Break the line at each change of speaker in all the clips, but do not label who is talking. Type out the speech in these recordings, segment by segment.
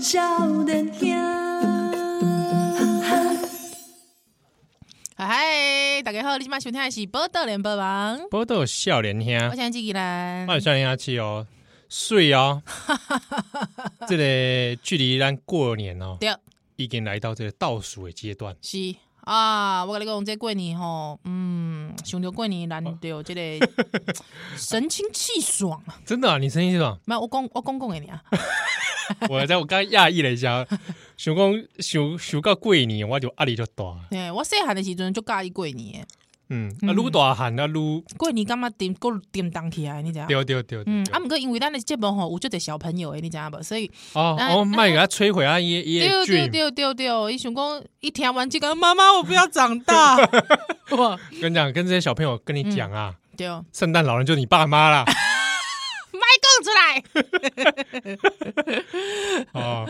少年兄，哈哈。
嗨，大家好，你今麦收听的是《报道联播网》，
波豆笑脸
我
兄，
现在自己来
我，有笑脸兄气哦，水 哦，这个距离咱过年哦，
对，
已经来到这个倒数的阶段，
是啊，我跟你讲，这过年吼，嗯，想到过年难到这 个神清气爽啊！
真的、啊，你声音是
？
吧
没有，我讲我讲讲给 你啊，
我在我刚讶异了一下，想讲想想到过年，我就压力就大，
哎，我细汉的时阵就介意过年的，
嗯，啊，愈大汉啊，愈
过年感觉点够点当起来，你知道？
对对对，
嗯
嗯，，
啊，毋过因为咱的节目吼，有就个小朋友诶，你知影无？所以
哦
啊
哦，卖给他摧毁啊，也也
对对
dream，
对对对，伊想讲一听完这个，妈妈我不要长 大，哇，
跟你讲，跟这些小朋友跟你讲啊，
对，哦卖
圣诞老人就是你爸妈啦，
讲出来。
哦，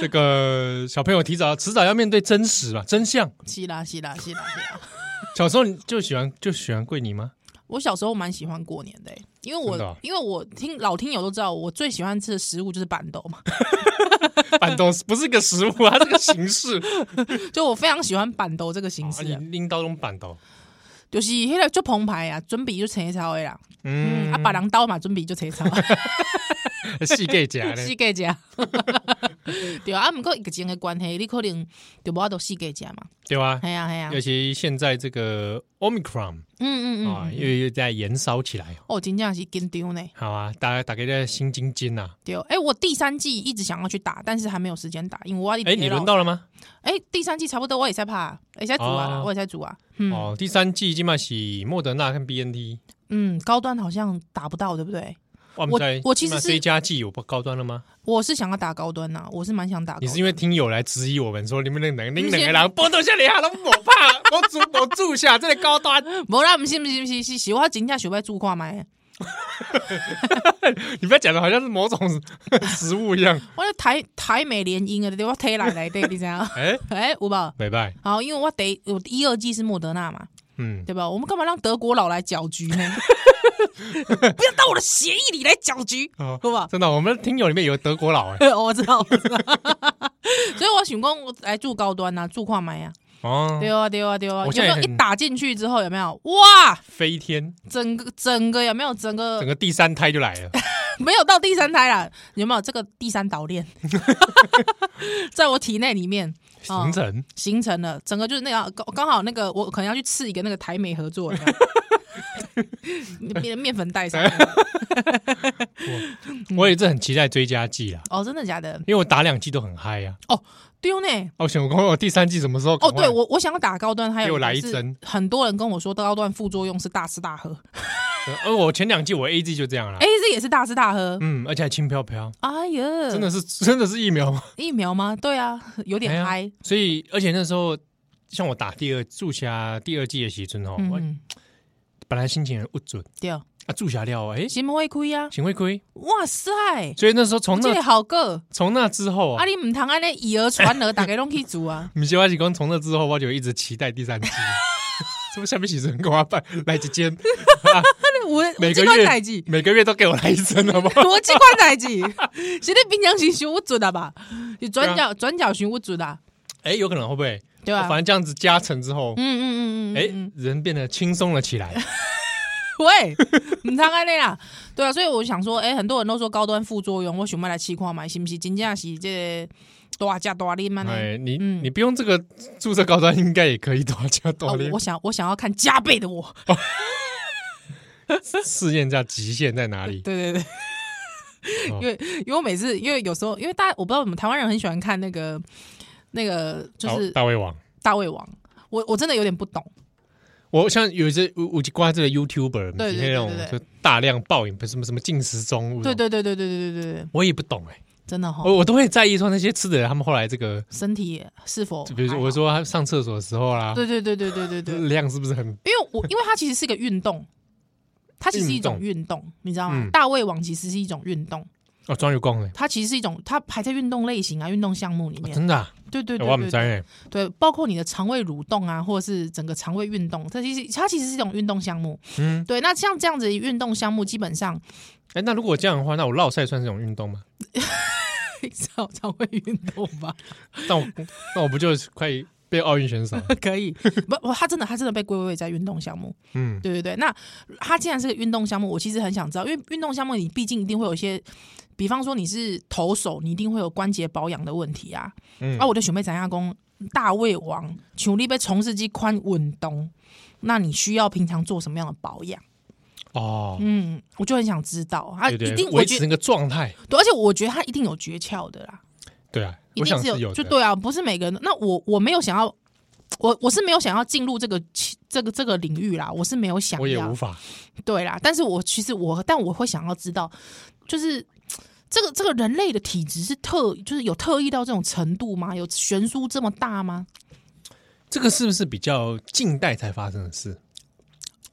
这个小朋友提早迟早要面对真实嘛，真相。
是啦，是啦，是啦，是啦。
小时候你就喜欢就喜欢桂林吗？
我小时候蛮喜欢过年的欸、因为我、
真的啊
因为我听老听友都知道，我最喜欢吃的食物就是板豆嘛，
板豆不是个食物啊，它是个形式。
就我非常喜欢板豆这个形
啊
式
你
啊、
拎刀用板豆，
就是迄个就澎湃啊，准备就切草的啦，嗯，
嗯，
啊，把人刀嘛，准备就切草，
呃细给夹
四
嘞，
界食，啊对啊，啊，毋过疫情的关系，你可能就无法度四界食 嘛，
对吧？
系啊系啊
尤，其现在这个 omicron
嗯嗯
啊，
嗯，
又又在燃烧起来，
哦，真正是紧张呢，
好啊，大家大家在心啊惊惊呐。
对，哎、我第三季一直想要去打，但是还没有时间打，因为我要一直
哎，你
陪
轮
老
到了吗？
哎、第三季差不多，我也在怕，也在煮啊，
哦
我也在煮啊。嗯、
哦，第三季今晚是莫德纳跟 BNT，
嗯，高端好像打不到，对不对？
哇
我
在
我其实
这
是哦
一加季有不高端了吗？
我是想要打高端呐、啊我是蛮想打高
你
端。
是因为听友来质疑我们说你们那两
不
恁
是
两个人波动下你啊，都我怕，我住我住下这个高端，
无啦，不是不是不是是是，我真正想要煮看麦，
你不要讲的好像是某种食物一样。
我咧台台美联姻的，对我推来来对，你知道？
哎、
哎、有无？
拜拜，
好，因为我得我一二季是莫德纳嘛，
嗯，
对吧？我们干嘛让德国佬来搅局呢？ 不要到我的协议里来搅局，
哦，
好不好？
真的，我们听友里面有德国佬哎，
哦我知道，我知道。 所以我想讲，我来住高端呐、啊，住跨买啊，
哦，
对啊，对啊，对啊。
我
有
现
没
在
有
也很
一打进去之后，有没有哇？
飞天，
整个整个有没有整个
整个第三胎就来 了，
没有到第三胎啦？有没有这个第三岛 链，在我体内里面哦
形成
形成了？整个就是那个刚刚好那个我可能要去吃一个那个台美合作的面面粉袋上 面
我也是很期待追加季啦，
哦，真的假的？
因为我打两季都很嗨呀、
丢呢？
啊。我想我我第三季什么时候？
哦，对，我我想要打高端，还有
给我来一
是
针
很多人跟我说高端副作用是大吃大喝。
呃，我前两季我 A G 就这样啦，
A Z 也是大吃大喝。
嗯，而且还轻飘飘，
哎呀，
真的是 真的是疫苗吗？
疫苗吗？对啊，有点
哎
嗨
呀。所以而且那时候像我打第二注下第二季的时阵哦，
嗯
我
嗯，
本来心情很不准
对，
啊，注下料哎，
心会亏啊！
行会亏，
哇塞，
所以那时候从
这
那
个好个，
从那之后
啊
啊。！
你唔通安尼以讹传讹，大家拢去做啊
米奇瓦喜光从那之后，我就一直期待第 三季。是不是下面起人跟我办来几 间？
我
每个
这款
月，
代志
每个月都给我来一针，好不好？
啊我这款代志， 是你平常时想我准啊吧？你转角转角想我准啊，
哎、有可能会不会？
对吧
啊哦反？正这样子加成之后，
嗯嗯嗯嗯嗯，
哎、
嗯
人变得轻松了起来。
喂，唔通安尼啦，对啊，所以我想说，哎、很多人都说高端副作用，我想要来试看买，是不是真正是这个大加大啉嘛呢？
哎，你
嗯
你不用这个注册高端，应该也可以多加
哦
多练，
我我想我想要看加倍的我，
试验一下极限在哪里。
对对 对。
哦
因为因为我每次因为有时候因为大家我不知道我们台湾人很喜欢看那个那个就是
大大胃王，
大胃王，我我真的有点不懂，
我像有一些有有几挂这个 YouTuber，
对对
那种
对对对
就大量暴饮，不是什么什么进食中物，
对，对对对对对对对对，
我也不懂哎、
真的哈、
我我都会在意说那些吃的人，他们后来这个，
身体是否
就比如说我
还好，
说他上厕所的时候啦，
对对对对对对对，
量是不是很
因为我因为它其实是一个运动，它其实是一种运动，你知道吗？
嗯
大胃王其实是一种运动，
哦，装有光哎，
它其实是一种它排在运动类型啊，运动项目里面，
真的、啊，
对对
欸
对对
我们知
对
哎，
对包括你的肠胃蠕动啊，或者是整个肠胃运动，它其实它其实是一种运动项目。
嗯，
对，那像这样子的运动项目，基本上
哎、那如果这样的话，那我绕赛算是一种运动吗？
平常常会运动吧？
但我那我不就快被奥运 选手？
可以，不，不他真的他真的被归为在运动项目。
嗯，
对对对，那它既然是个运动项目，我其实很想知道，因为运动项目你毕竟一定会有一些，比方说你是投手，你一定会有关节保养的问题啊。
嗯
啊，我就想要知影讲，大胃王，像你被从事这款运动，那你需要平常做什么样的保养？
哦，
嗯，我就很想知道啊，
对对，
一定我
维
觉
持
得
那个状态，
对，而且我觉得他一定有诀窍的啦，
对啊，
一
我
定
想是
有，
有
就
的，
对啊，不是每个人。那我我没有想要。我我是没有想要进入这个这个这个领域啦，我是没有想要，
我也无法，
对啦，但是我其实我，但我会想要知道，就是这个这个人类的体质是特，就是有特异到这种程度吗？有悬殊这么大吗？
这个是不是比较近代才发生的事？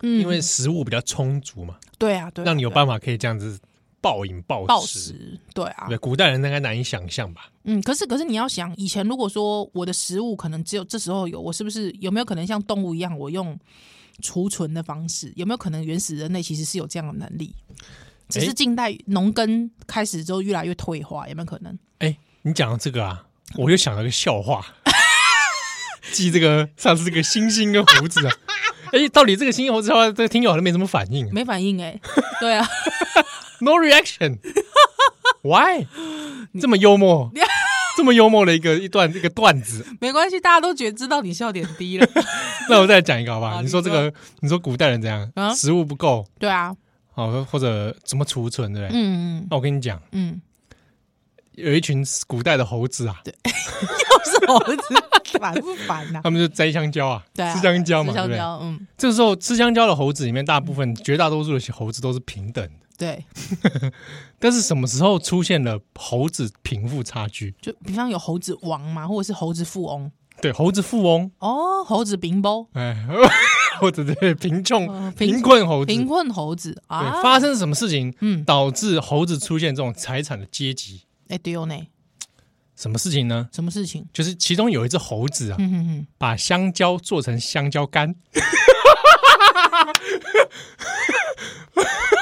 嗯，
因为食物比较充足嘛，
对啊，对啊
让你有
对啊
办法可以这样子暴饮暴
暴
食。
食，对啊，
对，古代人大概难以想象吧？
嗯，可是可是你要想，以前如果说我的食物可能只有这时候有，我是不是有没有可能像动物一样，我用储存的方式？有没有可能原始人类其实是有这样的能力？只
诶
是近代农耕开始之后越来越退化，有没有可能？
哎，你讲到这个啊，我又想到一个笑话， 记这个上次这个星星跟猴子啊，哎，到底这个星星猴子的话，这个听友好像没什么反应
没反应哎、 对啊，
，no reaction，why 这么幽默，这么幽默的一个一段一个段子，
没关系，大家都觉得知道你笑点低了。
那我再讲一个好不好？
好
你说
啊你
这
说
个，你说古代人怎样
啊？
食物不够，
对啊，
好或者怎么储存，对不对？
嗯
那我跟你讲，
嗯，
有一群古代的猴子啊，
又是猴子，烦不烦呐、
他们就摘香蕉啊，
对啊，
吃香蕉嘛，
吃
对不
香
对？
蕉，嗯，
这时候吃香蕉的猴子里面，大部分绝大多数的猴子都是平等的，
对，
但是什么时候出现了猴子贫富差距？
就比方有猴子王嘛，或者是猴子富翁，
对，猴子富翁，
哦，猴子贫包，
哎， 或者对贫穷
呃
贫困猴子，
贫
对，
困猴子啊，
发生什么事情
嗯，
导致猴子出现这种财产的阶级？
哎对哦呢，
什么事情呢？
什么事情？
就是其中有一只猴子啊，
嗯哼哼，
把香蕉做成香蕉干。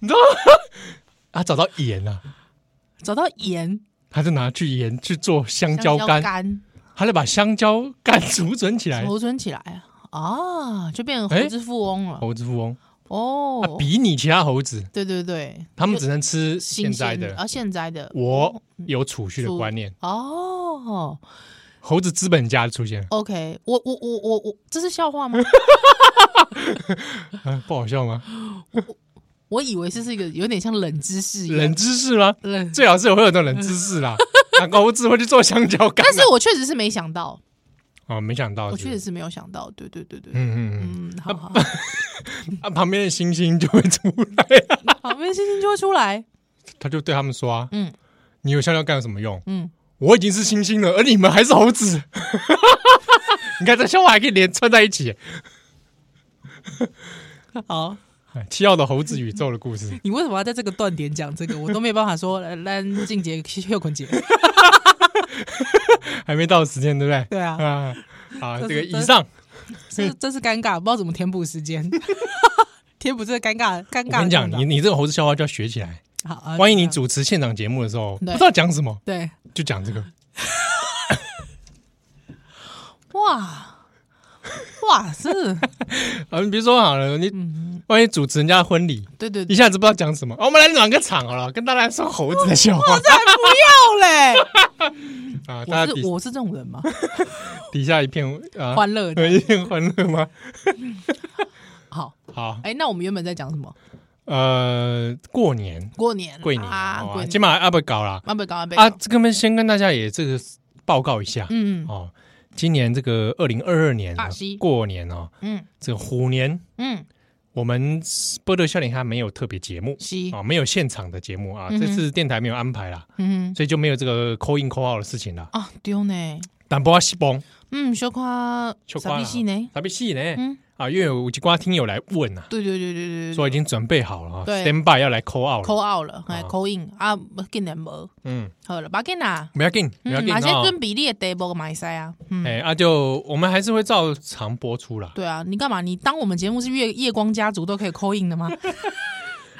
你知道吗？他找到盐啊，
找到盐，
他就拿去盐去做香
香
蕉干，
干，
他就把香蕉干 储存起来。
储存起来啊，啊，就变成猴子富翁了，
猴子富翁，
哦
他，比你其他猴子，
对对对，
他们
就
只能吃现
新
在
鲜
的。
啊，现摘的，嗯
我有储蓄的观念，
哦。
猴子资本家出现了，
OK，我我我我我，这是笑话吗？
啊不好笑吗？
我以为这是一个有点像冷知识一样，
冷知识吗？
冷，
最好是有会有这种冷知识 啦。啊猴子会去做香蕉干啊，
但是我确实是没想到，
哦，没想到，
我
是不
确
是
实是没有想到，对对对对，
嗯嗯
嗯， 好好，
嗯，啊，旁边的星星就会出来、啊，
好，明星星就会出来，
他就对他们说啊，
嗯
你有香蕉干有什么用？
嗯，
我已经是星星了，而你们还是猴子。 你看这笑话还可以连串在一起，
好，
哎七号的猴子宇宙的 故事，
你为什么要在这个断点讲这个？我都没办法说，来来，静姐秀坤姐，
还没到时间，对不对？
对啊
啊，好，
这是
这个以上，
这这是尴尬，不知道怎么填补时 间，填补这个尴尬尴
我
尬。
跟你讲，你你这个猴子笑话就要学起来。
好，啊
万一你
这样
主持现场节目的时候，不
对
知道讲什么，
对
就讲 这个。
哇哇是，
啊，你比如说好了，你
嗯
万一主持人家的婚礼，
对对
一
对，
下子不知道讲什么，啊我们来暖个场好了，跟大家来说猴子的笑话
才不要嘞！
啊！大
我
家底
是我是这种人吗？
底下一片啊，
欢乐的。
一片欢乐吗？
好，
好，
哎、那我们原本在讲什么？
呃，过年
过年，
过年
啊，过
哦
年，
今晚阿不搞啦
啊，被搞，被
啊，
啊，
这个先跟大家也这个报告一下
嗯
哦。今年这个二零二二年啊
啊是
过年哦，
嗯
这个虎年，
嗯，
我们波特笑脸它没有特别节目
是，
啊，没有现场的节目啊，
嗯哼
这次电台没有安排啦，
嗯
所以就没有这个扣印扣号的事情啦。
啊，丢呢，
但不要西崩，
嗯，小夸
小
傻
夸啊
逼戏呢，
特别细呢
嗯
啊，因为有几瓜听友来问啊，
对对对对对对
说已经准备好了啊
对
，stand by 要来扣 out 了。
，call out 了，哎
啊
，call in 啊，不竟然无，
嗯，
好了，不要紧啦，
不要紧，不要
嗯，
紧
哪些
哦。
跟比例的 double 买塞啊，嗯，
哎，啊，就我们还是会照常播出啦。
对啊，你干嘛？你当我们节目是月夜光家族都可 以 call in 的吗？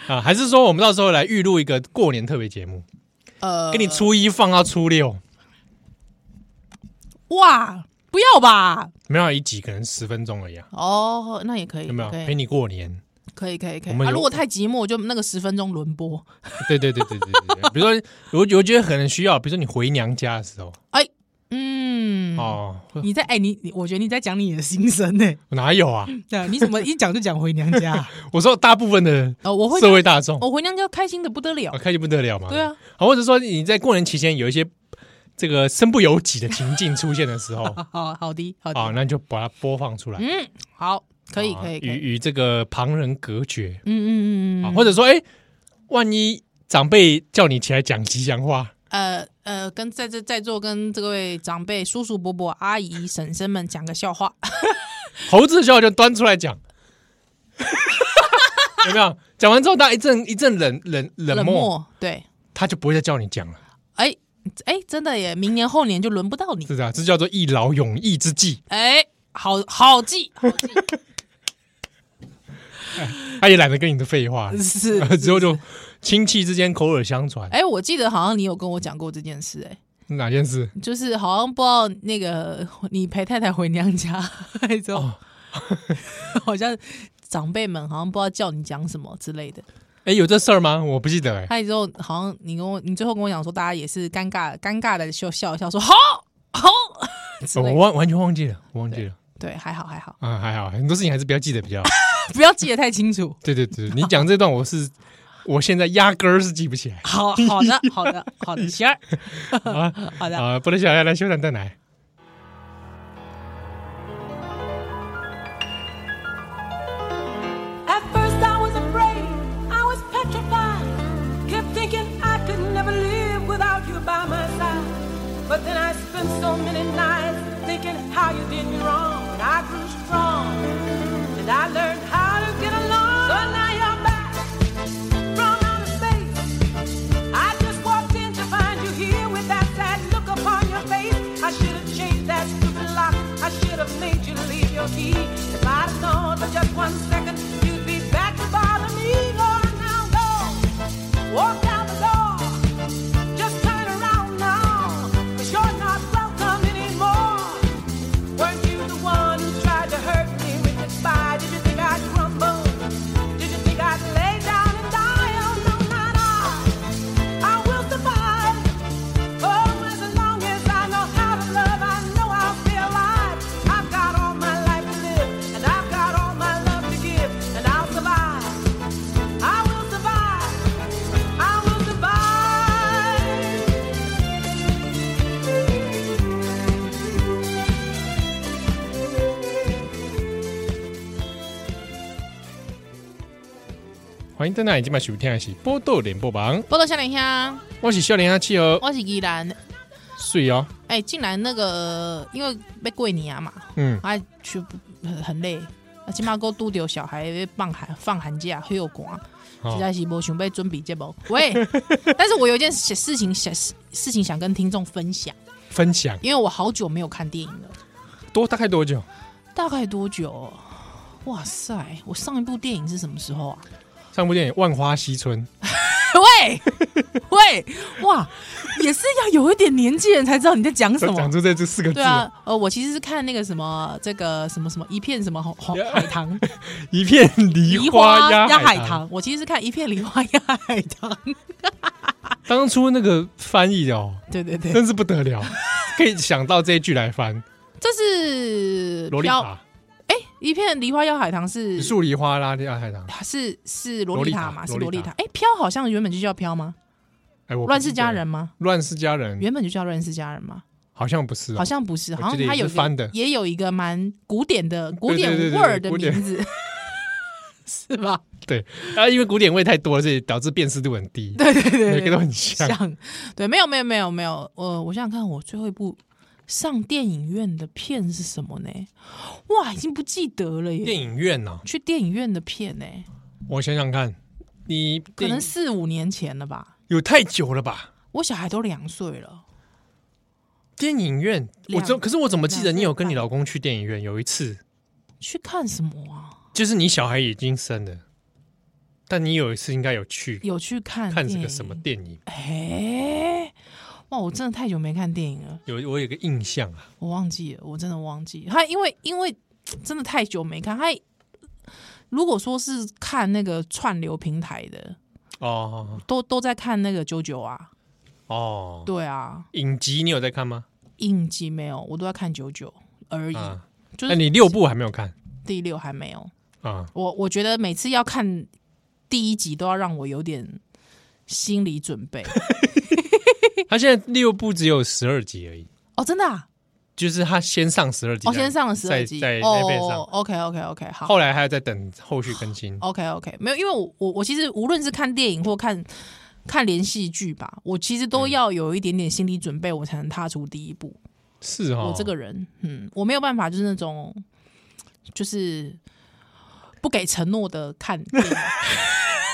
啊，还是说我们到时候来预录一个过年特别节目？
呃，
给你初一放到初六，
哇，不要吧？
没有一集可能十分钟而已啊，
哦，那也可以，
有没有
可以
陪你过年？
可以可以可以
我们
啊！
有
如果太寂寞，就那个十分钟轮播。
对对对对对对 对，比如说我我觉得可能需要，比如说你回娘家的时候，
嗯，
哦，会
你在哎、你你，我觉得你在讲你的心声呢、
哪有啊？
对啊，你怎么一讲就 讲回娘家、
我说大部分的
哦，我会，
社会大众，
我回娘家开心的不得了
啊，。开心不得了嘛。
对啊，
好，或者说你在过年期间有一些这个身不由己的情境出现的时候，啊，
好好的，好的，
那就把它播放出来，
嗯，好，可以
啊
可以可以，
与与这个旁人隔绝
嗯嗯嗯
啊，
嗯，
或者说，哎，万一长辈叫你起来讲吉祥话，
呃呃，跟在这在座跟这位长辈、叔叔、伯伯、阿姨、婶婶们讲个笑话，
猴子的笑话就端出来讲， 有没有？讲完之后，大家一阵一阵冷冷冷
冷
漠，
漠，对，
他就不会再叫你讲了，
哎哎，真的耶，明年后年就轮不到你
是，不是啊？这叫做一劳永逸之计。
哎，好好 记，好记
他也懒得跟你的废话了，
是，
之后就亲戚之间口耳相传，
哎，我记得好像你有跟我讲过这件事，哎，
哪件事？
就是好像不知道那个你陪太太回娘家之后，
哦
好像长辈们好像不知道叫你讲什么之类的。
哎、有这事儿吗？我不记得哎、
他之后好像你跟我，你最后跟我讲说，大家也是尴尬尴尬的笑笑一笑，说好好之
我
类的。
完完全忘记了，我忘记了
对，还好还好，
啊，还好，很多事情还是不要记得比较好。
不要记得太清楚。
对对对，你讲这段我是我现在压根儿是记不起来
好好的好的好的，行儿，
啊
好的。
啊！不能小孩来修蛋蛋奶，
At first I was afraid, I was petrified. Kept thinking I could never live without you by my side. But then I spent so many nights thinking how you did me wrong. And I grew strong, and I learned how to get along. So now you're back from outer space. I just walked in to find you here with that sad look upon your face. I should have changed that stupid lock. I should have made you leave your key. If I'd have known for just one second, you'd be back to bother me. Lord, now go. Walk down the door. Just turn around now. Cause you're not welcome anymore. Weren't you the one who tried to hurt me with your spy? Did you think I'd crumble? Did you think I'd lay down and die? Oh, no, not I. I will survive. Oh, as long as I know how to love, I know I'll be alive. I've got all my life to live, and I've got all my love to give, and I'll survive. I will survive. I will survive.
欢迎蛋奶，今晚收听的是波豆脸播榜，
波多夏莲香，
我是笑脸阿七哦，
我是依兰。
睡哦，
哎，竟然那个因为被过年啊嘛，
嗯，
啊，去不很很累，啊，起码够拄着小孩要放寒放寒假，很有寒，
好
实在是啊无想备准备节目。喂， 但是我有一件事事情想事事情想跟听众分享，
分享
因为我好久没有看电影了，
多大概多久？
大概多久哦、哇塞，我上一部电影是什么时候啊？
上部电影《万花西春》，
喂喂，哇，也是要有一点年纪人才知道你在讲什
讲
么。
出这这四个字
对，啊，呃，我其实是看那个什么，这个什么什么一片什么红红海棠，
一片梨花压
压海
棠。
棠，我其实是看一片梨花压海棠。
当初那个翻译哦，
对对对，
真是不 得了，可以想到这一句来翻
这是
《萝莉
飘
塔》。
一片梨花压海棠是
树梨花啦，亚海棠。
是是萝莉塔嘛？是
萝
萝
莉
莉
塔
塔。哎，飘好像原本就叫飘吗？
哎，我不
乱
记
世
得
佳人，吗？
乱世佳人
原本就叫乱世佳人吗？
好像不是哦，
好像不是，
我
好
记
像
得
它
也
有
是
一个
翻的
也有一个蛮古典的古
对
典
对对
味儿的
古典
名字， 是吧？
对啊，因为古典味太多了，所以导致辨识度很低，
对对对对
每个
对，
都很像。
像，对，没有没有没有没有，呃，我想想看，我最后一部上电影院的片是什么呢？哇，已经不记得了
电
耶。
影院哦，
去电影院的片呢、
我想想看，你
可
电
能
影
四五年前了吧。
有太久了吧？
我小孩都两岁了，
电影院，我
两
怎可是我怎么记得
两岁
你有跟你
半
老公去电影院？有一次，
去看什么啊？
就是你小孩已经生了，但你有一次应该有去
有去看
看这
电影
个什么？电影，
哎，哇！我真的太久没看电影了，
有我有个印象啊，
我忘记了，我真的忘记了。他因为因为真的太久没看，他如果说是看那个串流平台的，
哦
都都在看那个九九啊，
哦，
对啊，
影集你有在看吗？
应急没有，我都在看九九而已，
啊，
就
那
是
你六部还没有看
第六还没有。
啊？
我我觉得每次要看第一集都要让我有点心理准备
他现在六部只有十二集而已，
哦，真的啊，
就是他先上十二集，
我、哦、先上了十二集，
在在
哦
那边上，
，OK OK OK，好哦
后来还要再等后续更新。
，OK OK，没有，因为我我我其实无论是看电影或看看连续剧吧，我其实都
嗯
要有一点点心理准备，我才能踏出第一步。
是哦，
我这个人，嗯，我没有办法，就是那种就是不给承诺的 看电影。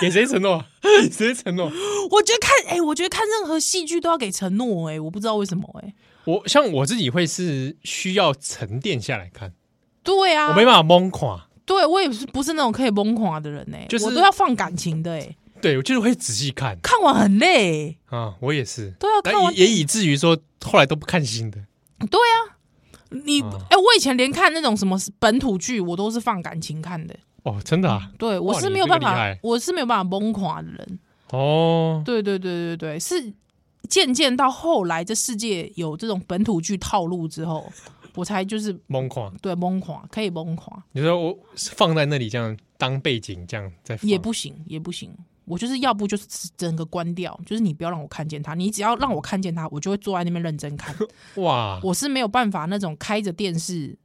给谁承诺？ 给谁承诺？
我觉得看，哎、我觉得看任何戏剧都要给承诺，哎，我不知道为什么、哎，
我像我自己会是需要沉淀下来看，
对啊，
我没办法蒙垮，
对我也是不是那种可以崩垮的人呢、哎
就是
我都要放感情的哎、
对我就是会仔细看
看完很累、哎
啊，我也是，
对啊看
但
完
也也以至于说后来都不看新的，
对啊，你哎、
嗯
我以前连看那种什么本土剧，我都是放感情看的。
哦，真的啊，
对我
哇
是
你
没有
这个
办
厉
法
害，
我是没有办法崩垮的人。
哦，
对对对对对，是渐渐到后来，这世界有这种本土剧套路之后， 我才就是
蒙垮，
对崩垮，可以崩垮
你说我放在那里这样当背景这样在放
也不行，
嗯
也不行。我就是要不就是整个关掉，就是你不要让我看见他，你只要让我看见他，我就会坐在那边认真 看。
哇，
我是没有办法那种开着电视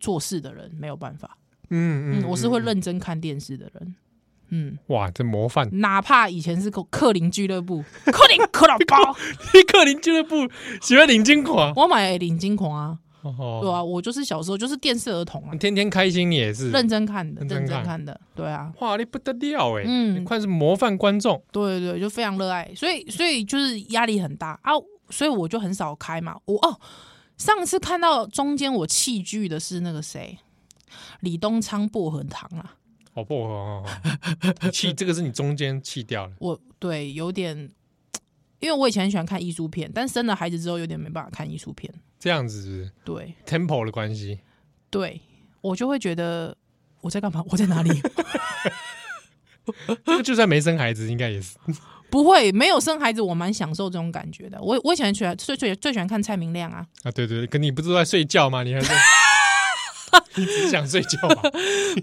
做事的人，没有办法。
嗯
嗯，我是会认真看电视的人。嗯，
哇，这模范
哪怕以前是克克林俱乐部，克林克老包，
克林俱乐部喜欢领巾垮，
我买领巾狂啊，对
哦，
啊，我就是小时候就是电视儿童啊，
天天开心你也是，
认真看的，
认真
认真
看
看的，对啊，
哇，你不得了哎，
嗯
你快是模范观众，
对对对，就非常热爱，所以所以就是压力很大啊，所以我就很少开嘛。我哦，上次看到中间我弃剧的是那个谁，李东昌薄荷糖啊，
好不好哦？哦气这个是你中间气掉了。
我对有点，因为我以前很喜欢看艺术片，但生了孩子之后有点没办法看艺术片。
这样子是不是
对
tempo 的关系，
对，我就会觉得我在干嘛？我在哪里？
这个就算没生孩子，应该也是
不会，没有生孩子，我蛮享受这种感觉的。我我以前喜欢最最最喜欢看蔡明亮啊，
啊。对对对，可你不是都在睡觉吗？你还在， 你只想睡觉吧？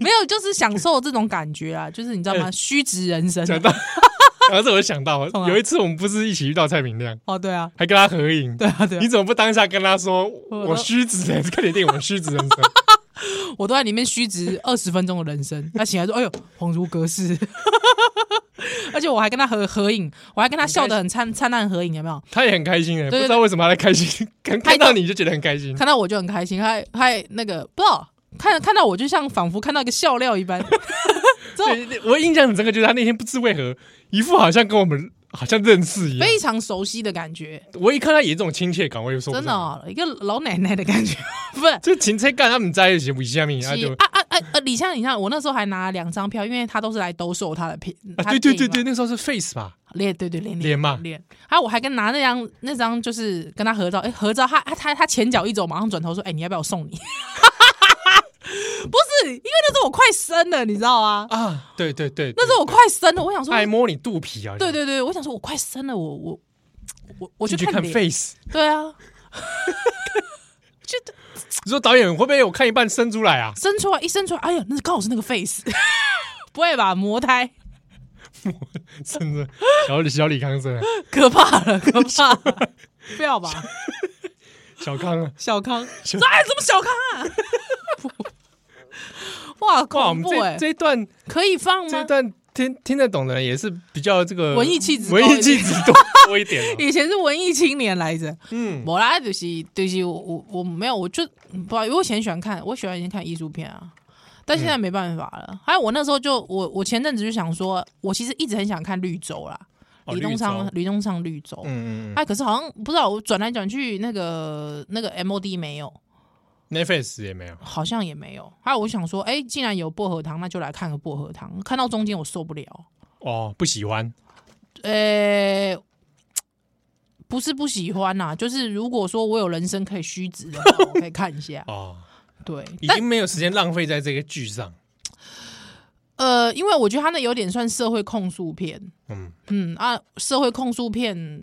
没有，就是享受这种感觉啊，就是你知道吗？虚值人生啊、
讲到， 然后这我就想到，
干嘛
有一次我们不是一起遇到蔡明亮，
哦，对啊，
还跟他合影。
对啊，对啊
你，怎么不当下跟他说
都
我虚职人生？看你电影，我虚职人生。
我都在里面虚值二十分钟的人生。他醒来说：“哎呦，恍如隔世。” 而且我还跟他合合影，我还跟他笑得很灿灿烂合影，有没有？
他也很开心哎，不
对对
知道为什么他在开心， 看
他
看到你就觉得很开心。
看到我就很开心，还还那个不知道看看到我就像仿佛看到一个笑料一般。之后
对，我印象很深刻，就是他那天不知为何，一副好像跟我们好像认识一样。
非常熟悉的感觉，
我一看他有这种亲切感，我也说不
真
上
的哦、一个老奶奶的感觉，不 是。
这芹菜干他们在一起，为虾米啊？
是
就
啊啊啊啊！李湘，你看我那时候还拿了两张票，因为他都是来兜售他的片，
啊，
他
对
的
对
电影嘛
对对，，那时候是 Face 吧？
脸对对脸
脸嘛
脸。还有我还跟拿那张那张就是跟他合照，哎、合照他他他他前脚一走，马上转头说，哎、你要不要我送你？ 不是，因为那时候我快生了，你知道啊？
啊，对对对，
那时候我快生了，我想说，
爱摸你肚皮啊，
对对对，我想说我快生了，我我我我
我
去
去看
脸
Face。
对啊，
你说导演会不会我看一半生出来啊？
生出来一生出来，哎呀，那是刚好是那个 face，不会吧？魔胎，
真的，小李小李康生啊，
可怕了，可怕 了，不要吧，
小康啊，
小康，说哎，怎么小康啊？哇，
哇，我
恐
们
怖哎、
这这一段
可以放
这
吗
一？段听听得懂的人也是比较这个
文艺气质多一点
文艺气质多多一点 哦。
以前是文艺青年来着，
嗯，
我啦就是就是我我我没有，我就嗯不知道，因为我以前喜欢看，我喜欢以前看艺术片啊，但现在没办法了。还有我那时候就我我前阵子就想说，我其实一直很想看绿洲啦，
哦
李东昌
绿洲
李东昌绿洲，
嗯嗯嗯
哎，可是好像不知道我转来转去那个那个 MOD 没有，
那 Face 也没有，
好像也没有。还有我想说，哎、既然有薄荷糖，那就来看个薄荷糖。看到中间我受不了，
哦，不喜欢
呃，不是不喜欢呐、就是如果说我有人生可以虚值 的话，我可以看一下。
哦，
对，
已
但
经没有时间浪费在这个剧上。
呃，因为我觉得他那有点算社会控诉片，
嗯，
嗯啊，社会控诉片，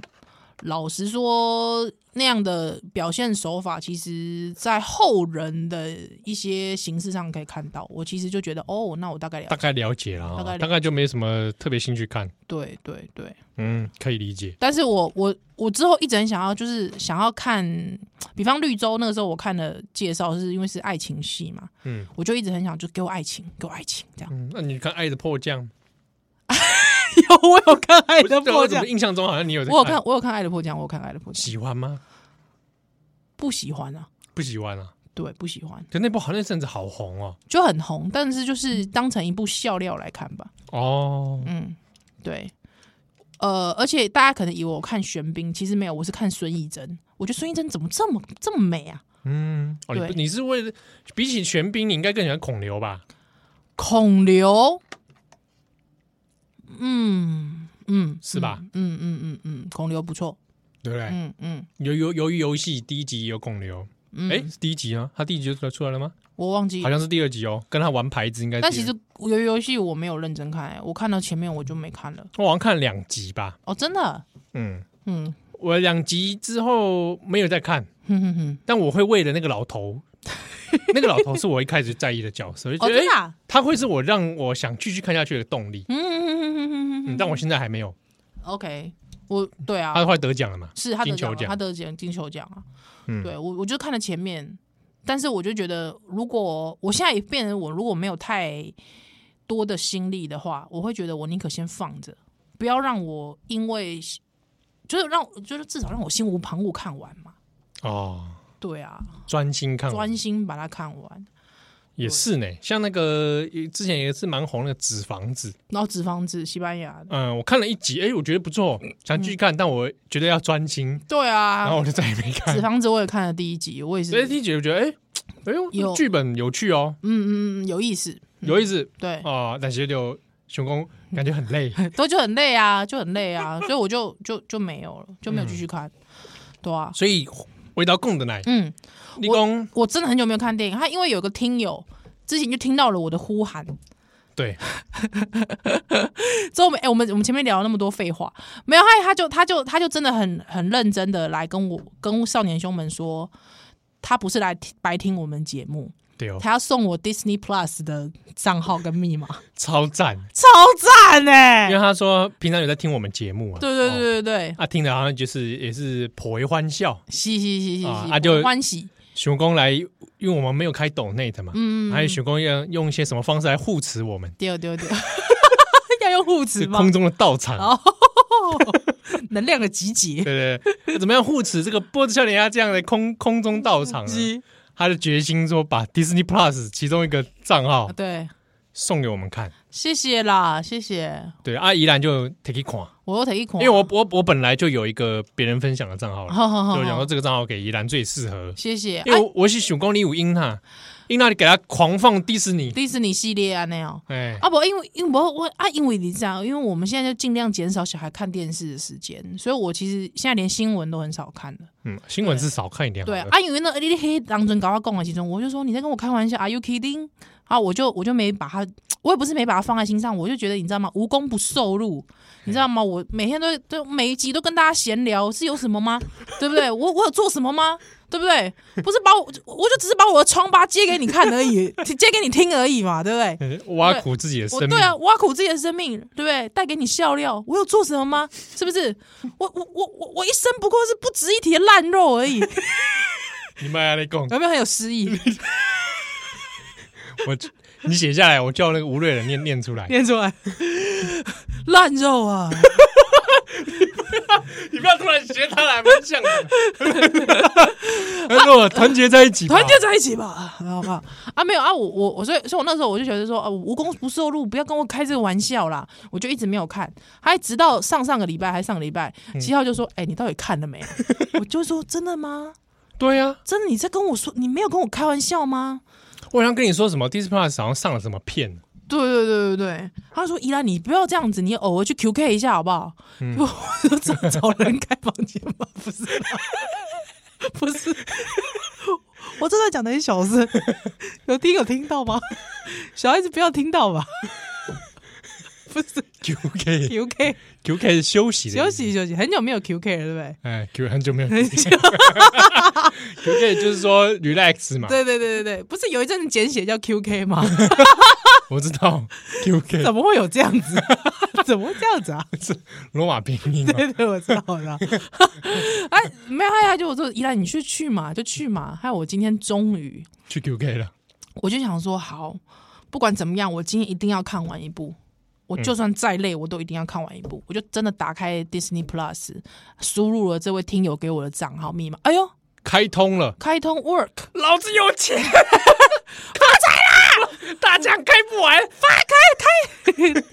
老实说那样的表现手法，其实在后人的一些形式上可以看到。我其实就觉得，哦，那我大概了
大
解，
概了解了啊，
大概了解
大概就没什么特别兴趣看。
对对对。
嗯，可以理解。
但是我我我之后一直很想要，就是想要看，比方绿洲那个时候我看的介绍，是因为是爱情戏嘛，
嗯
我就一直很想，就给我爱情，给我爱情这样。
嗯，那你看《爱的迫降》
有 我有看《 爱的
对，我
迫
怎
降
么》，印象中好像你有在
我有看我有看《爱的迫降》，我有看《爱的迫降》，
喜欢吗？
不喜欢啊，
不喜欢啊。
对，不喜欢，
可那部好像甚至好红哦。
就很红，但是就是当成一部笑料来看吧。
哦，
嗯，对，呃，而且大家可能以为我看玄彬，其实没有，我是看孙艺珍。我觉得孙艺珍怎么这么这么美啊？
嗯，哦，你不
对
你是为了比起玄彬，你应该更喜欢孔刘吧？
孔刘，嗯嗯，
是吧
嗯？嗯嗯嗯嗯，孔刘不错，
对不对？
嗯嗯
由由由于游戏第一集有孔刘，
嗯，
哎、是第一集啊，他第一集就出来出来了吗？
我忘记
好。像是第二集哦，跟他玩牌子应该是第
但
二。
其实由于游戏我没有认真看、哎我看到前面我就没看了。
我好像看了两集吧，
哦，真的，
嗯，
嗯，
我两集之后没有再看，
哼哼哼，
但我会为了那个老 头，那个老头是我一开始在意的角色，我就
哦，
觉得、哎
真的
诶
啊、
他会是我让我想继续看下去的动力。
嗯嗯嗯嗯嗯嗯
嗯，
嗯
但我现在还没有，
，OK，我对啊，
他后来得奖了嘛？
是他得
金球
奖了，啊
奖
他得奖金球奖啊。
嗯
对我，我就看了前面，但是我就觉得，如果我现在也变成我如果没有太多的心力的话，我会觉得我宁可先放着，不要让我因为就是让就是至少让我心无旁骛看完嘛。
哦，
对啊，
专心看完
专心把它看完。
也是呢，像那个之前也是蛮红的《纸房子》，
然后《纸房子》西班牙的，
嗯，我看了一集，哎、我觉得不错，想继续
嗯
看，但我觉得要专心，
对
然后
啊，
我就再也没
《
看
纸。房子》我也看了第一集，我也
所以
是，
第一集我觉得，哎、哎呦，
有
剧本有趣哦，
嗯嗯嗯，有意思，
有意思
对，
啊、但是就熊工感觉很累，
都就很累啊，就很累啊， 所以我就就就没有了，就没有继续
嗯
看，对啊，
所以回到供的奶，
嗯，
立功
我真的很久没有看电影，他因为有个听友之前就听到了我的呼喊，
对，
之后我们哎、我们我们前面聊了那么多废话，没有他他就他就他就真的很很认真的来跟我跟少年兄们说，他不是来听白听我们节目，
对哦，
他要送我 Disney Plus 的账号跟密码，
超赞，
超赞哎、
因为他说平常有在听我们节目啊，
对对
哦，
对对对，
啊，听的好像就是也是颇为欢笑。
嘻嘻嘻嘻嘻，
啊啊就
欢喜，
熊工来，因为我们没有开抖内的嘛，嗯，还有熊工要用一些什么方式来护持我们，
丢 丢丢，要用护
是
持吗
空？中的道场，
哦，能量的集结，
对对对，怎么样护持这个波子笑脸鸭这样的空空中道场呢？
是
他的决心说把 Disney Plus 其中一个账号
啊对。
送给我们看。
谢谢啦，谢谢。
对，啊，依然就 take it 看，
我又得一款，
因为 我我我本来就有一个别人分享的账号了，
好好好
就想
好
说这个账号给依然最适合，
谢谢。
因
哦哎
为，我我是想讲你有英哈，英娜你给他狂放迪士尼，
迪士尼系列啊那样。
哎，
啊不，因为因为我我啊，因为你知道，因为我们现在就尽量减少小孩看电视的时间，所以我其实现在连新闻都很少看了。
嗯，新闻是少看一点好
对
了，
啊，因为那你黑当中搞到共的其中，我就说你在跟我开玩笑，Are you kidding？啊，我就我就没把它，我也不是没把它放在心上，我就觉得你知道吗？无功不受禄，你知道吗？我每天都都每一集都跟大家闲聊，是有什么吗？对不对？我我有做什么吗？对不对？不是把我，我就只是把我的疮疤揭给你看而已，揭给你听而已嘛，对不对？
嗯 挖苦自己的生
我
命，
对啊，挖苦自己的生命，对不对？带给你笑料，我有做什么吗？是不是？我我我我我一生不过是不值一提的烂肉而已， 有
你们来讲，
没有很有诗意？
我你写下来，我叫那个吴瑞仁念念出来，
念出来，烂肉啊！
你不要突然学他来，蛮像的。 他说我团结在一起吧，
团结在一起吧，好不好？啊，没有啊，我我我所以所以我那时候我就觉得说，啊，无功不受禄，不要跟我开这个玩笑啦，我就一直没有看，还直到上上个礼拜还是上个礼拜，七号就说，哎、你到底看了没？ 我就说真的吗？
对啊，
真的你在跟我说，你没有跟我开玩笑吗？
我想跟你说什么？Disney Plus 好像上了什么片？
对对对对对，他说：“依兰，你不要这样子，你偶尔去 QK 一下好不好？”嗯、我说找找人开房间吗？不是啦，不是，我真的讲的很小声，有听有听到吗？小孩子不要听到吧？不是
QK
QK，
QK 是休息的，
休。息休息，很久没有 QK 了，对不对？
哎，Q 很久没有 QK，就是说 relax 嘛，
对对对对对，不是有一阵子简写叫 QK 吗？
我知道 QK
怎么会有这样子？怎么会这样子啊？
是罗马拼音嘛，啊
对 对，我知道，我知道。哎，没有，他就我说，依兰，你去去嘛，就去嘛。还有，我今天终于，
去 QK 了，
我就想说，好，不管怎么样，我今天一定要看完一部。我就算再累，我都一定要看完一部。我就真的打开 Disney Plus，输入了这位听友给我的账号密码。哎呦，
开通了，
开通 Work，
老子有 钱，发财啦！大奖开不完，
哎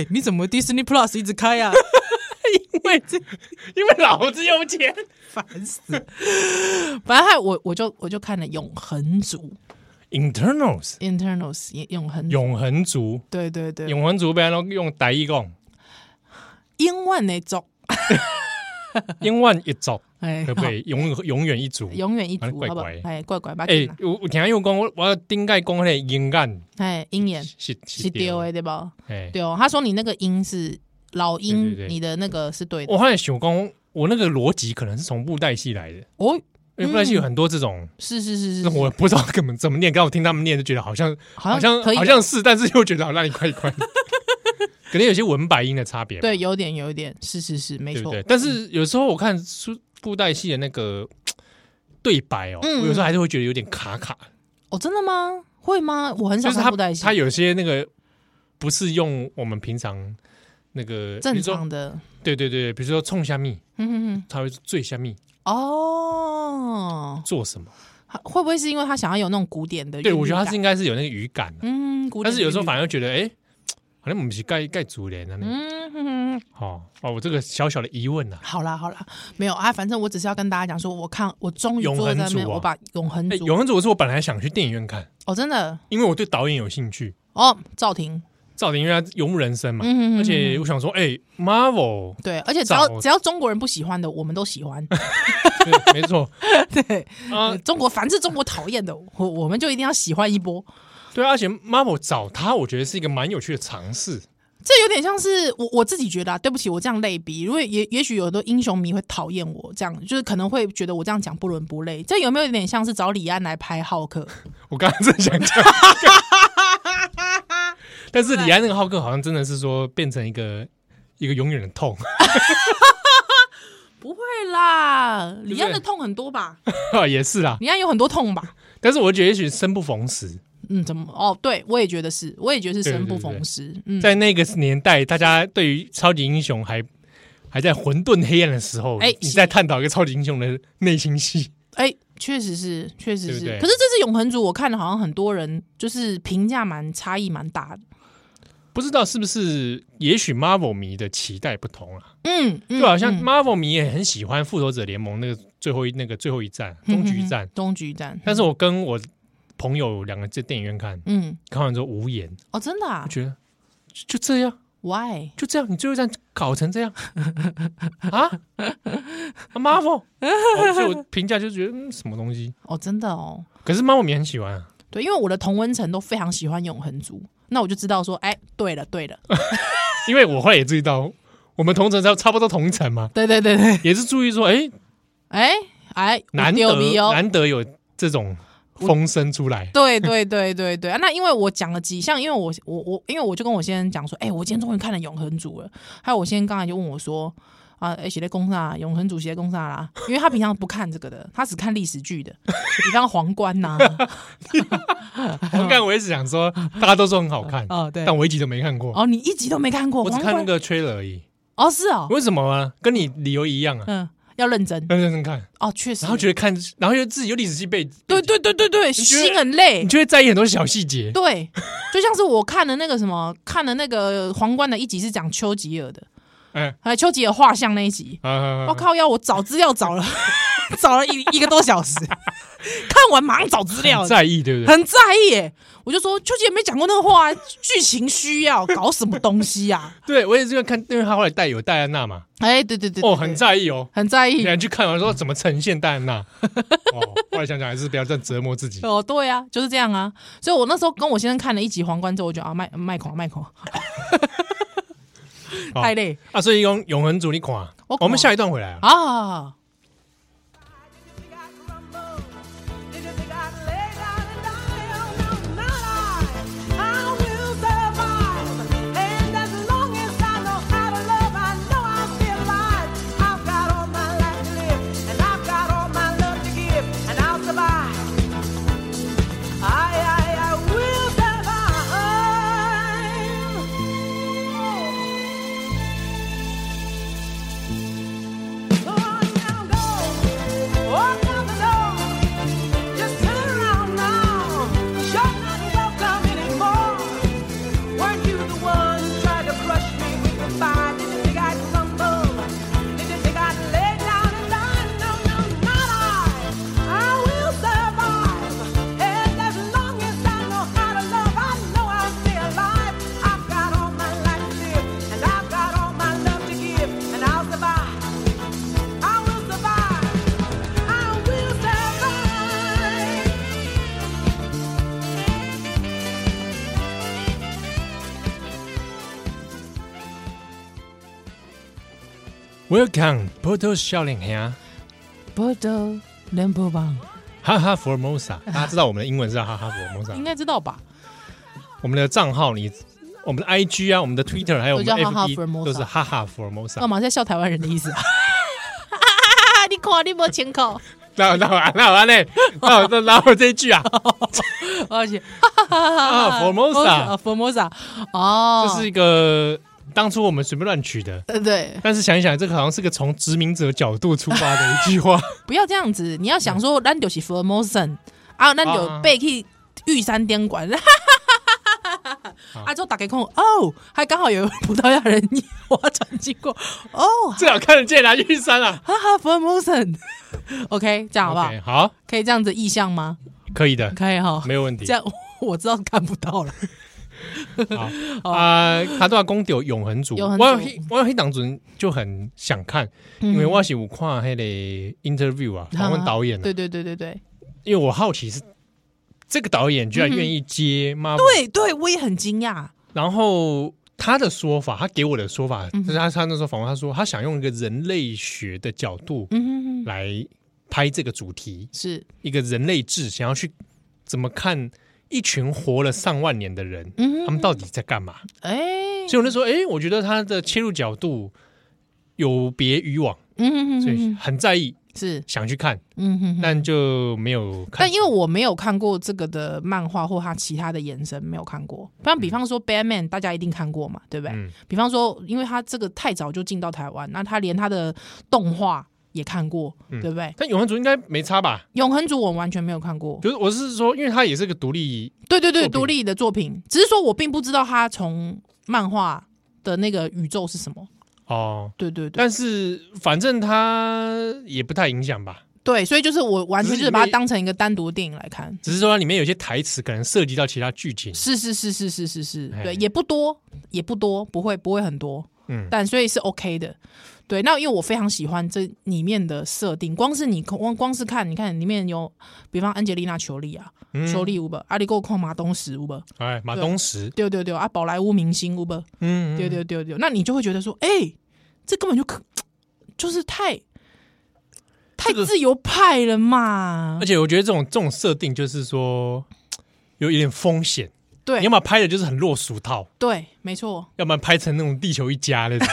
哎，你怎么 Disney Plus 一直开呀、啊？
因为这，因为老子有钱。
烦死！反正还我我就我就看了《永恒族
Internals
Internals》永恒族，
永恒族，
对对对，
永恒族被人用台语 讲，
英文那种，
永远一族，
哎，
可不可以？永永远一族
好？ 永远一族，
反正怪
好不好
怪的？
哎，怪怪吧，
哎
紧啊，
我我听又讲，我我顶盖讲那音感
哎，鹰眼
是
是丢
的
哎，对吧？
哎，
对哦，他说你那个音是老
对
鹰
对对，
你的那个是对的
我后来想讲，我那个逻辑可能是从布袋戏来的，
哦，
因为布袋戏有很多这种，
是是是
这
是
种，我不知道怎么怎么念，刚我听他们念就觉得好像
好
像
可以，啊
好像是，但是又觉得好像一块 一块，可能有些文白音的差别吧，
对，有点有点，是是是，没
对不
错嗯
对？，但是有时候我看书布袋戏的那个对白哦，
嗯
我有时候还是会觉得有点卡卡，
哦，真的吗？会吗？我很
就
少
是
看
他
布袋戏
他，有些那个不是用我们平常那个比
正
如说
常的，
对对对，比如说冲虾米，
嗯嗯嗯，
他会说醉虾米
哦，
做什么？
他会不会是因为他想要有那种古典的韵律
对
感？
我觉得他是应该是有那个语感的，
嗯，古典
但是有时候
韵律
反而觉得哎。诶好像我们是盖盖竹联的呢，
嗯哼哼，
哦哦，我这个小小的疑问啊，
好啦好啦，没有啊，反正我只是要跟大家讲说，我看我终于
永
坐在那
恒
边，
族啊
我把永恒
哎，
族、
永恒组是我本来想去电影院看，
哦真的
因为我对导演有兴趣，
哦赵婷，
赵婷因为他游牧人生嘛，
嗯哼哼
而且我想说，哎、m a r v e l
对，而且只要
赵
只要中国人不喜欢的，我们都喜 欢，
对，没错
对，
啊，
中国凡是中国讨厌的，我我们就一定要喜欢一波。
对，啊而且 Marvel 找他，我觉得是一个蛮有趣的尝试。
这有点像是我我自己觉得、啊，对不起，我这样类比，因为也也许有很多英雄迷会讨厌我这样，就是可能会觉得我这样讲不伦不类。这有没有点像是找李安来拍浩克？
我刚刚正想讲，但是李安那个浩克好像真的是说变成一个一个永远的痛，
不会啦，
对
李安的痛很多吧？
也是啦。
李安有很多痛吧？
但是我觉得也许生不逢时，
嗯，怎么？哦，对，我也觉得是，我也觉得是生不逢时。嗯，
在那个年代，大家对于超级英雄还还在混沌黑暗的时候，
哎
你在探讨一个超级英雄的内心戏。
哎，确实是，确实
对
是。
不对
可是这次永恒族，我看了好像很多人就是评价蛮差异蛮大的。
不知道是不是，也许 Marvel 迷的期待不同啊，
嗯，嗯
就好像
嗯
Marvel 迷也很喜欢《复仇者联盟》那个最后一那个最后一战
嗯
嗯终局战，
终局战，
但是我跟我朋友两个在电影院看，
嗯，
看完之后无言，
哦，真的啊
我觉得就就这样，
？Why？
就这样，你最后一战搞 成这样啊啊？Marvel，哦所以我评价就觉得嗯什么东西，
哦，真的哦。
可是 Marvel 迷很喜欢啊，
对，因为我的同温层都非常喜欢永恒族，那我就知道说，哎，对了，对了，
因为我后来也注意到，我们同城差差不多同城嘛，
对对对对，
也是注意说，哎、
哎哎，
难
有
得、
逼哦，
难得有这种风声出 来，
对对对对对，啊那因为我讲了几项，因为我我我，因为我就跟我先生讲说，哎、我今天终于看了《永恒族》了。还有我先生刚才就问我说，啊，哎、写在公上啊，《永恒族》写在公上啦，因为他平常不看这个的，他只看历史剧的，比方《皇冠》呐，
我看我一直想说，大家都说很好看，
哦对
但我一集都没看过，
哦，你一集都没看过，
我只
皇
看那
冠
个 trailer 而已。
哦，是哦，
为什么啊？跟你理由一样啊，
嗯，要认真
认认真看，
哦，确实，
然后觉得看，然后又自己有历史系背，
对对对对对，
觉得
心很累
你。就会在意很多小细节。
对，就像是我看的那个什么，看的那个皇冠的一集是讲丘吉尔的，
哎
还有丘吉尔画像那一集，
啊，
我靠！要我找资料找了，找了一一个多小时，看完马上找资料
很，在意，对不对？
很在意耶。我就说秋姐没讲过那个话啊，剧情需要搞什么东西呀、
对我也是因为看，因为他后来带有戴安娜嘛，
哎，对对对对
哦，很在意哦。
很在意
你。还去看完说怎么呈现戴 安娜？哦，后来想想还是不要这样折磨自己。
哦，对啊，就是这样啊。所以我那时候跟我先生看了一集《皇冠》之后，我觉得啊，卖卖狂卖狂，
好
太累
啊，所以用永恒主你垮，
我看
我们下一段回来啊。
啊。
Did you think I'd lay down and die? Oh, no, not I. I will survive. And as long as I know how to love, I know I'll be alive. I've got all my life to live, and I've got all my love to give, and I'll survive. I, I, I will survive. Go on now, go. Walk out the door. Just turn around now. You're not welcome anymore. Weren't you the one who tried to crush me with your fire? Did you think I'd crumble? Did you think I'd lay down and die? No, no, not I. I will survive. And as long as I know how to love, I know I'll stay alive. I've got all my life to live, and I've got all my love to give, and I'll survive. I will survive. I will survive.
，Welcome Porto 笑脸兄，
波多能不帮？
哈哈 Formosa，大家知道我们的英文是哈哈 Formosa，
应该知道吧？
我们的账号你。我们的 IG 啊，我们的 Twitter，还有我们的
都叫哈哈
FB，
Formosa
都是哈
干
哈 Formosa。
哦嘛在笑台湾人的意思 啊？ 你看你没钱口，
那那我那我嘞，那我那那我这 一句啊，
而且哈哈哈哈
啊，Formosa
啊，Formosa，哦，
这是一个当初我们随便乱取的，
呃对，
但是想一想，这个好像是个从殖民者角度出发的一 句话。
不要这样子，你要想说，咱就是 Formosan，啊，咱
嗯啊
就被去玉山店馆，哈哈哈哈哈哈 啊，就打给空哦，还刚好有葡萄牙人划船经过，哦，
最好看得见啦，玉山啊，
哈哈，Formosan，OK，这样好不好
OK，？好，
可以这样子意向吗？
可以的，
可以哈，
没有问题
这。样我知道看不到了，
啊，卡多亚公有永恒族，
永恒
我有
族
那我有黑党主人就很想看，因
嗯
为我是有看那个 interview 啊，访问导演啊
对，对对对对
因为我好奇是这个导演居然愿意接 Marvel，、
对对，我也很惊讶，
然后他的说法，他给我的说法，
嗯
就是他他那时候访问，他说他想用一个人类学的角度
嗯哼哼，
来拍这个主题，
是，
一个人类志，想要去怎么看一群活了上万年的人，
嗯
他们到底在干嘛？
哎、
所以我那时候，哎，我觉得他的切入角度有别以往，
嗯哼哼
所以
哼，
很在意，
是，
想去看，
嗯哼哼。
但就没有看。
但因为我没有看过这个的漫画或它其他的延伸，没有看过。不然，比方说 Batman，大家一定看过嘛，对不对？
嗯
比方说，因为它这个太早就进到台湾，那它连它的动画也看过，
嗯
对不对？
但永恒族应该没差吧？
永恒族我完全没有看过，
就是我是说，因为它也是个独立
对对对，
作品
独立的作品，只是说我并不知道它从漫画的那个宇宙是什么。
哦，
对对对
但是反正它也不太影响吧。
对，所以就是我完全
只是
就是把
因为
它当成一个单独电影来看。
只是说它里面有些台词可能涉及到其他剧情，
是是是是是是是，
哎
对，也不多，也不多，不会不会很多，
嗯
嗯，但所以是 OK 的。对，那因为我非常喜欢这里面的设定，光是你光光是看，你看里面有，比方安吉丽娜·裘丽啊，
嗯
裘丽 Uber，阿里够控马东石 Uber，
哎，马东石，
对对对，啊，宝莱坞明星 Uber，
嗯，
对对对对，那你就会觉得说，哎、这根本就可就是太太
这个
自由派了嘛，
而且我觉得这种这种设定就是说有一点风险，
对
你要么拍的就是很落俗套，
对，没错，
要不然拍成那种地球一 家那种。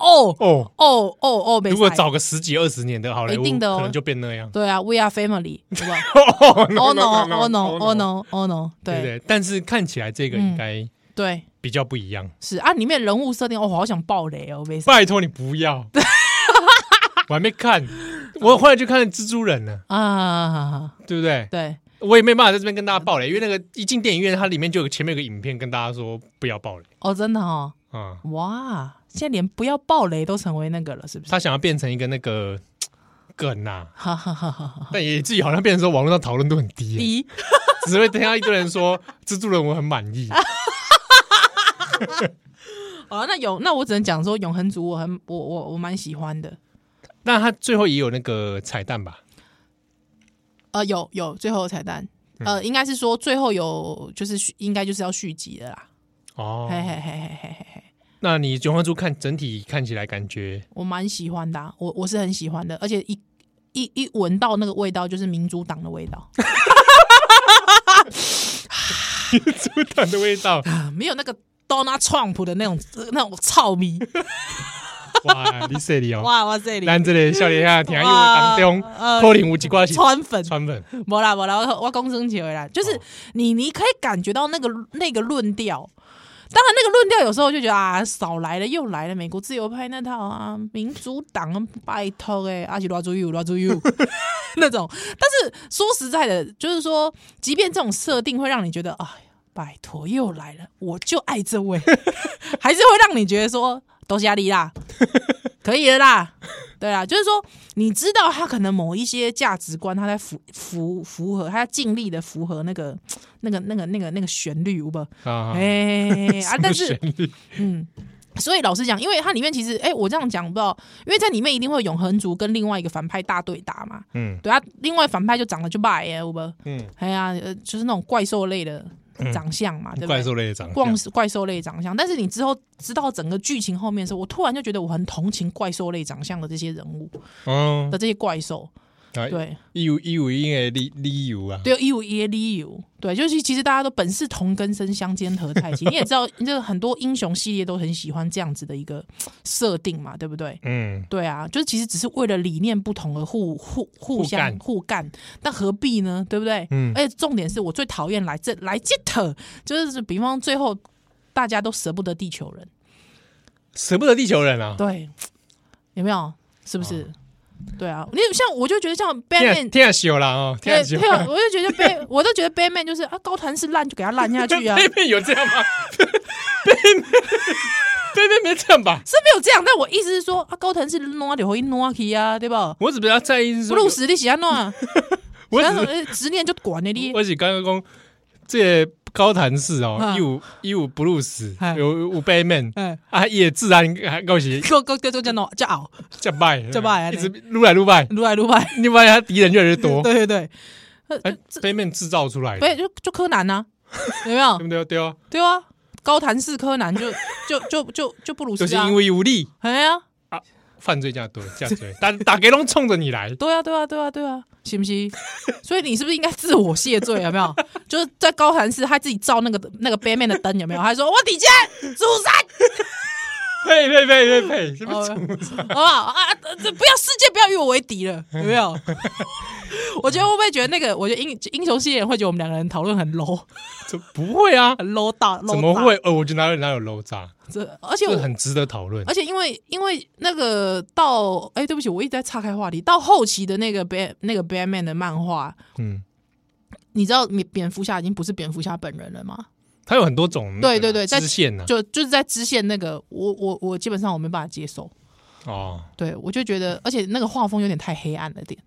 哦哦
哦，
哦哦，没
如果
塞
早个十几二十年的好莱
一
坞，
定的哦
可能就变那 样。
对啊，We are family，对吧
哦
？Oh no，Oh no，Oh no，Oh no，
对
对嗯
对，但是看起来这个应该
对
比较不一样。
是啊，里面人物设定，哦，我好想爆雷哦， 没事
拜托你不要，我还没看，我后来就看了蜘蛛人呢，
啊，
对不对？
对
我也没办法在这边跟大家爆雷，因为那个一进电影院，它里面就有前面有个影片跟大家说不要爆雷
哦，真的哦，
啊、
哇，现在连不要爆雷都成为那个了，是不是？
他想要变成一个那个梗呐、
哈哈哈哈哈！
但也自己好像变成说网络上讨论度很低 耶、
第一，
只会听到一堆人说蜘蛛人我很满意，
哦，那有，那我只能讲说永恒族我很我我我蛮喜欢的，
那他最后也有那个彩蛋吧？
呃，有有最后的彩蛋，呃，应该是说最后有就是续应该就是要续集的啦，
哦
嘿，嘿嘿嘿嘿嘿嘿，
那你《九幻珠》看整体看起来 感觉
我蛮喜欢的啊、我我是很喜欢的，而且一一一闻到那个味道就是民主党的味道，
猪胆的味道，
啊没有那个 Donald Trump 的那种呃那种臭味，
哇，你这里哦，
哇哇这里
咱这里笑脸下听友当中，
哇呃
可能有一挂是
川粉
川粉，
没啦没啦，我我公升起回来，就是
哦
你你可以感觉到那个那个论调。当然，那个论调有时候就觉得啊，少来了又来了，美国自由派那套啊，民主党啊拜托哎、欸，阿奇拉朱 you 拉朱 you 那种。但是说实在的，就是说，即便这种设定会让你觉得，哎呀，拜托又来了，我就爱这位，还是会让你觉得说，都是压力啦，可以了啦，对啦，就是说，你知道他可能某一些价值观，他在符符符合，他尽力的符合那个那个那个那个那个旋律，有不？
啊，
哎、啊，但
什
是
么旋律
嗯。所以老实讲，因为它里面其实，哎、我这样讲不知道，因为在里面一定会有永恒族跟另外一个反派大对打嘛。
嗯
对啊，另外反派就长得就败耶，我们
嗯，
哎呀，呃，就是那种怪兽类的长相嘛，对不对？
怪兽类的长
怪
相，
兽怪兽类长相，但是你之后知道整个剧情后面的时候，我突然就觉得我很同情怪兽类长相的这些人物
嗯，
的这些怪兽，
啊
对，
一有一有因为理理由啊，
对，一无一理由，对，就是其实大家都本是同根生，相煎何太 急。你也知道，这个很多英雄系列都很喜欢这样子的一个设定嘛，对不对？
嗯，
对啊，就是其实只是为了理念不同而互互互相
干
互干，但何必呢？对不对？
嗯
而且重点是我最讨厌来这来这特，就是比方最后大家都舍不得地球人，
舍不得地球人啊，
对，有没有？是不是？对啊，你像我就觉得像
天
Batman
啊天啊朽了哦，天
对
啊
对
朽，
啊，我就觉得 Bay，我都觉得 Batman 就是啊，高谭市烂就给他烂下 去啊，
背
是
面有这样吗？ 背面背面没这样吧？
没有这样。但我意思是说啊，高谭市弄啊，柳回弄啊去啊，对吧？
我只比较在意是
布
说，
鲁斯你喜欢弄啊，
我
然后
只
呃执念就管了你。
我只刚刚讲这个高谭市哦，
嗯
一五一五 blues
哎
有有背面
哎，
啊，也自然还搞些
个个个就叫弄叫熬，
叫拜
这摆啊
一直撸来撸拜，
撸来撸来。
你发现他敌人越来越多，
对对对，
哎，背面制造出来
不
的，
是就就柯南呐，有没有
对？不对？对哦，
对啊，高谭市柯南就就就就就布鲁斯
就是
啊
因，为无力，
哎呀，
犯罪这样多，这样 对，打打给龙冲着你来，
对啊，对啊，对啊，对啊，行不行？所以你是不是应该自我谢罪？有没有？就是在高谭市，他自己照那个那个 Batman 的灯，有没有？他说我底下主山，
呸呸呸呸呸，什么
好不好啊？啊这不要世界不要与我为敌了，有没有？我觉得会不会觉得那个？我觉得英英雄系列人会觉得我们两个人讨论很 low，
这不会啊，
很 low 大，
怎么会？呃，我觉得哪有哪有 low 炸，
这而且
这
我
很值得讨论
而。且因为因为那个到哎、对不起，我一直在岔开话题。到后期的那个 Bat 那个 Batman 的漫画，
嗯，
你知道蝙蝙蝠侠已经不是蝙蝠侠本人了吗？
它有很多种那个
对对对，在
支线啊呢。
就就是在支线那个，我我我基本上我没办法接受，
哦
对我就觉得，而且那个画风有点太黑暗了点，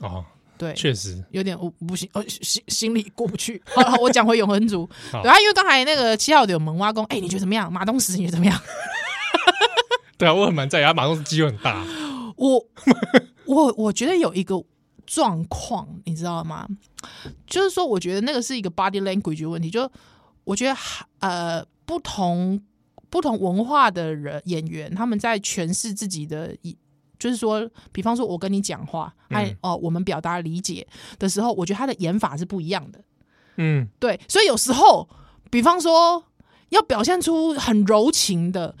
哦，
对，
确实，
有点我不行，呃，心心里过不去。哦好了，我讲回永恒族，
好
对啊，因为刚才那个七号的有萌蛙公，哎、你觉得怎么样？马东石你觉得怎么样？
对啊，我很蛮在意，他马东肌肉很大，
我我我觉得有一个状况，你知道吗？就是说，我觉得那个是一个 body language 的问题，就我觉得呃，不同不同文化的人演员，他们在诠释自己的一。就是说，比方说，我跟你讲话，哎、
嗯
哦、我们表达理解的时候，我觉得他的演法是不一样的。
嗯，
对，所以有时候，比方说要表现出很柔情的，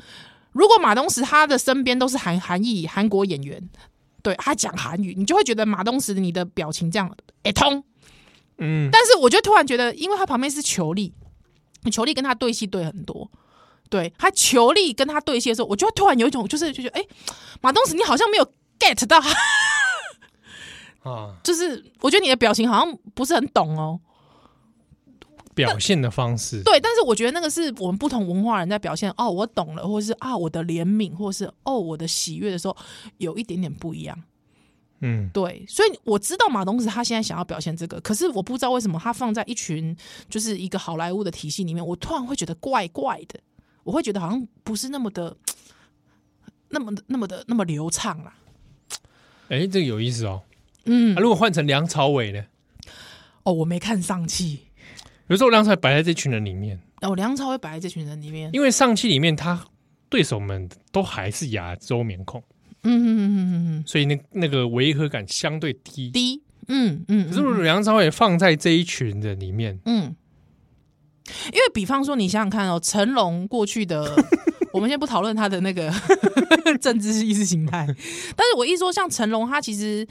如果马东石他的身边都是韩韩裔韩国演员，对他讲韩语，你就会觉得马东石你的表情这样，哎、通。
嗯，
但是我就突然觉得，因为他旁边是球力，球力跟他对戏对很多。对他球力跟他对戏的时候，我就会突然有一种就是就觉得，哎、马东石你好像没有 get 到他，
啊，
就是我觉得你的表情好像不是很懂哦。
表现的方式，
对，但是我觉得那个是我们不同文化人在表现哦，我懂了，或者是啊我的怜悯，或者是哦我的喜悦的时候，有一点点不一样。
嗯，
对，所以我知道马东子他现在想要表现这个，可是我不知道为什么他放在一群就是一个好莱坞的体系里面，我突然会觉得怪怪的，我会觉得好像不是那么的、那么的、那么的、那么流畅啦。
哎、这个有意思哦。
嗯
啊，，如果换成梁朝伟呢？
哦，我没看上气，
有时候梁朝伟摆在这群人里面，
哦，梁朝伟摆在这群人里面，
因为上期里面他对手们都还是亚洲面孔，
嗯嗯嗯嗯嗯嗯，
所以那那个违和感相对低。
低，嗯嗯，
可是如果梁朝伟放在这一群人里面，
嗯，因为比方说，你想想看哦，成龙过去的，我们先不讨论他的那个 政治意识形态，但是我一说像成龙，他其实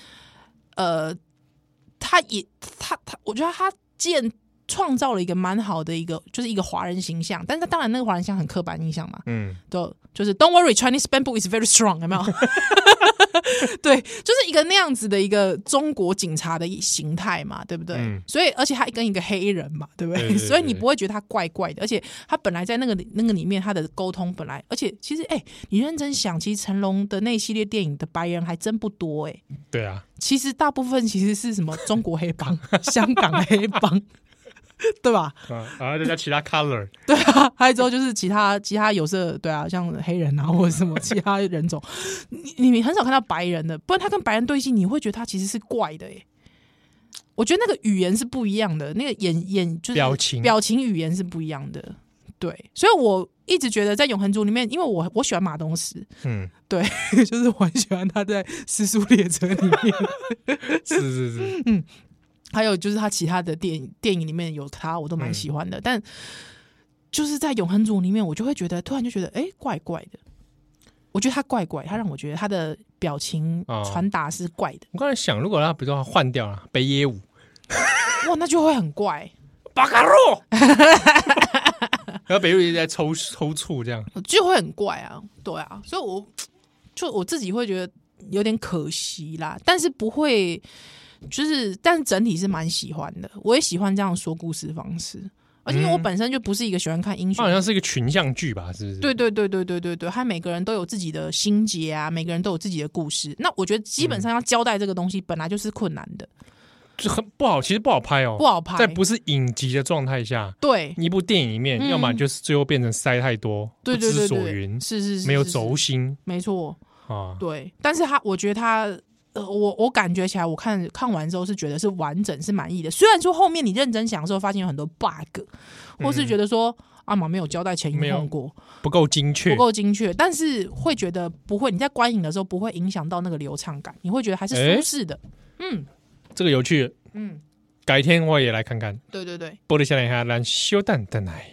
呃，他也他他，我觉得他建创造了一个蛮好的一个，就是一个华人形象，但是当然那个华人形象很刻板印象嘛，
嗯，
都就是 Don't worry, Chinese bamboo is very strong，有没 有？对，就是一个那样子的一个中国警察的形态嘛，对不对？
嗯
所以，而且他跟一个黑人嘛，对不对？
对 对对
所以你不会觉得他怪怪的，而且他本来在那个里那个里面，他的沟通本来，而且其实，哎、你认真想，其实成龙的那一系列电影的白人还真不多、哎，
对啊，
其实大部分其实是什么中国黑帮、 香港黑帮， 对吧？
啊，啊，再加其他 color，
对啊， 还有之后就是其他其他有色，对啊，像黑人啊或者什么其他人种，你你很少看到白人的，不然他跟白人对戏，你会觉得他其实是怪的耶。欸我觉得那个语言是不一样的，那个眼眼就是
表情
表情语言是不一样的。对，所以我一直觉得在《永恒族》里面，因为我我喜欢马东石，
嗯，
对，就是我很喜欢他在《失速列车》里面，
是是是，
还有就是他其他的电影电影里面有他，我都蛮喜欢的。但就是在《永恒族》里面，我就会觉得突然就觉得，哎、怪怪的。我觉得他怪怪，他让我觉得他的表情
哦
传达是怪的，
我刚才想，如果他比如说换掉了北野武，
哇，那就会很怪。
巴卡洛， 然后北野武一直在抽抽搐这样，
就会很怪啊，对啊，所以我就我自己会觉得有点可惜啦，但是不会，就是但是整体是蛮喜欢的，我也喜欢这样说故事方式，而且因为我本身就不是一个喜欢看英
他
雄
好像是一个群像剧吧，是不是？
对对对对对对对，他每个人都有自己的心结啊，每个人都有自己的故事。那我觉得
嗯
基本上要交代这个东西本来就是困难的，
就很不好，其实不好拍哦，
不好拍
在不是影集的状态下，
对
一部电影里面，
嗯
要么就是最后变成塞太多，
对对
不
对
知所
对，
云，
是是是，
没有
是是
轴心
没错，
啊。
对。但是他，我觉得他，呃，我我感觉起来，我看看完之后是觉得是完整是满意的。虽然说后面你认真想的时候，发现有很多 bug，或是觉得说。阿玛没有交代前
嗯没
因
有
后果，
不够精确
不，够精确，但是会觉得不会，你在观影的时候不会影响到那个流畅感，你会觉得还是
诶
舒适的。
这个有趣。
嗯，
改天我也来看看。
对对对，
玻璃下来看，咱稍等等来。